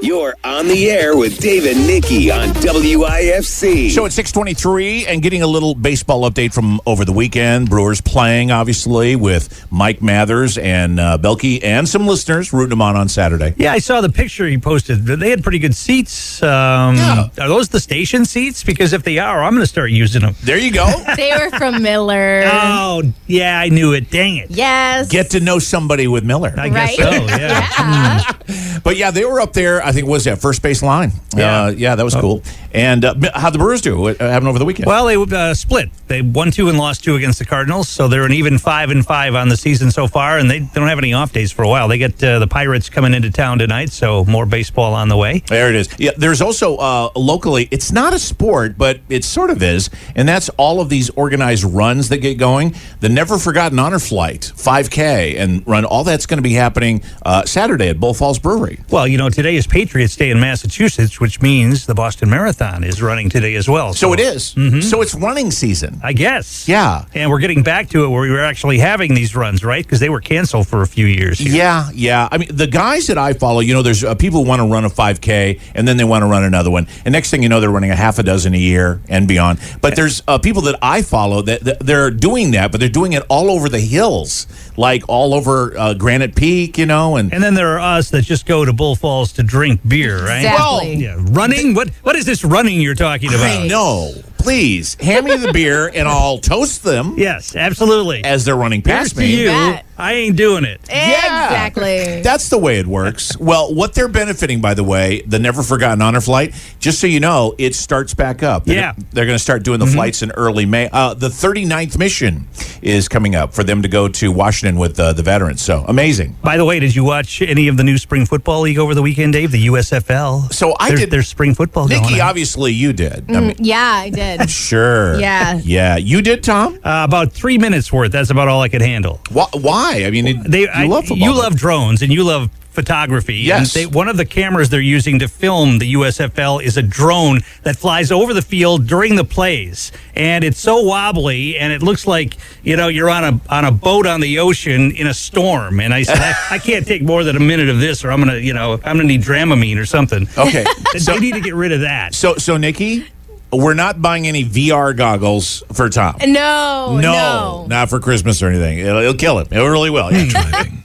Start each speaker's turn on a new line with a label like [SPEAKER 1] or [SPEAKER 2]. [SPEAKER 1] You're on the air with Dave and Nikki on WIFC.
[SPEAKER 2] So it's 623 and getting a little baseball update from over the weekend. Brewers playing, obviously, with Mike Mathers and uh, Belke and some listeners rooting them on on Saturday.
[SPEAKER 3] Yeah, I saw the picture you posted. They had pretty good seats. Um,
[SPEAKER 2] Yeah.
[SPEAKER 3] Are those the station seats? Because if they are, I'm going to start using them.
[SPEAKER 2] There you go.
[SPEAKER 4] They were from Miller.
[SPEAKER 3] Oh, yeah, I knew it. Dang it.
[SPEAKER 4] Yes.
[SPEAKER 2] Get to know somebody with Miller.
[SPEAKER 3] I guess
[SPEAKER 4] right.
[SPEAKER 3] so. Yeah. Hmm.
[SPEAKER 4] Yeah.
[SPEAKER 2] But yeah, they were up there, I think, what was that first base line?
[SPEAKER 3] Yeah. Oh.
[SPEAKER 2] Uh, yeah, that was cool. And uh, how'd the Brewers do? What uh, happened over the weekend?
[SPEAKER 3] Well, they uh, split. They won two and lost two against the Cardinals, so they're an even five and five on the season so far, and they don't have any off days for a while. They get uh, the Pirates coming into town tonight, so more baseball on the way.
[SPEAKER 2] There it is. Yeah, there's also uh, locally. It's not a sport, but it sort of is, and that's all of these organized runs that get going. The Never Forgotten Honor Flight, 5K, and run. All that's going to be happening uh, Saturday at Bull Falls Brewery.
[SPEAKER 3] Well, you know, today is Patriots Day in Massachusetts, which means the Boston Marathon is running today as well.
[SPEAKER 2] So it is. So it's running season.
[SPEAKER 3] I guess.
[SPEAKER 2] Yeah.
[SPEAKER 3] And we're getting back to it where we were actually having these runs, right? Because they were canceled for a few years. here.
[SPEAKER 2] Yeah, yeah. I mean, the guys that I follow, you know, there's uh, people who want to run a 5K and then they want to run another one. And next thing you know, they're running a half a dozen a year and beyond. But there's uh, people that I follow that, that they're doing that, but they're doing it all over the hills, like all over uh, Granite Peak, you know, and.
[SPEAKER 3] And then there are us that just go to Bull Falls to drink beer, right?
[SPEAKER 4] Exactly.
[SPEAKER 3] Yeah. Running? What What is this running you're talking about?
[SPEAKER 2] I know. Please hand me the beer and I'll toast them
[SPEAKER 3] Yes, absolutely.
[SPEAKER 2] as they're running
[SPEAKER 3] Here's
[SPEAKER 2] past
[SPEAKER 3] to
[SPEAKER 2] me.
[SPEAKER 3] you.
[SPEAKER 4] bet.
[SPEAKER 3] I ain't doing it.
[SPEAKER 2] Yeah.
[SPEAKER 4] Exactly.
[SPEAKER 2] That's the way it works. Well, what they're benefiting, by the way, the Never Forgotten Honor Flight, just so you know, it starts back up. They're
[SPEAKER 3] Yeah. Mm-hmm.
[SPEAKER 2] Gonna, they're going to start doing the flights in early May. Uh, the 39th mission is coming up for them to go to Washington with uh, the veterans. So amazing.
[SPEAKER 3] By the way, did you watch any of the new spring football league over the weekend, Dave? The USFL.
[SPEAKER 2] So I
[SPEAKER 3] There's-
[SPEAKER 2] did-
[SPEAKER 3] There's spring football
[SPEAKER 2] Nikki,
[SPEAKER 3] going on.
[SPEAKER 2] obviously you did. I mean,
[SPEAKER 4] yeah, I did.
[SPEAKER 2] sure.
[SPEAKER 4] Yeah.
[SPEAKER 2] Yeah. You did, Tom?
[SPEAKER 3] Uh, about three minutes worth. That's about all I could handle.
[SPEAKER 2] Wh- why? I mean, it,
[SPEAKER 3] They,
[SPEAKER 2] you
[SPEAKER 3] I,
[SPEAKER 2] love football.
[SPEAKER 3] You love drones and you love photography.
[SPEAKER 2] Yes.
[SPEAKER 3] And they, one of the cameras they're using to film the USFL is a drone that flies over the field during the plays, and it's so wobbly, and it looks like you know you're on a on a boat on the ocean in a storm. And I said, I, I can't take more than a minute of this, or I'm gonna you know I'm gonna need Dramamine or something.
[SPEAKER 2] Okay.
[SPEAKER 3] They- they need to get rid of that.
[SPEAKER 2] so, so, Nikki, we're not buying any VR goggles for Tom.
[SPEAKER 4] No. No.
[SPEAKER 2] not for Christmas or anything. It'll, it'll kill him. It really will. Yeah.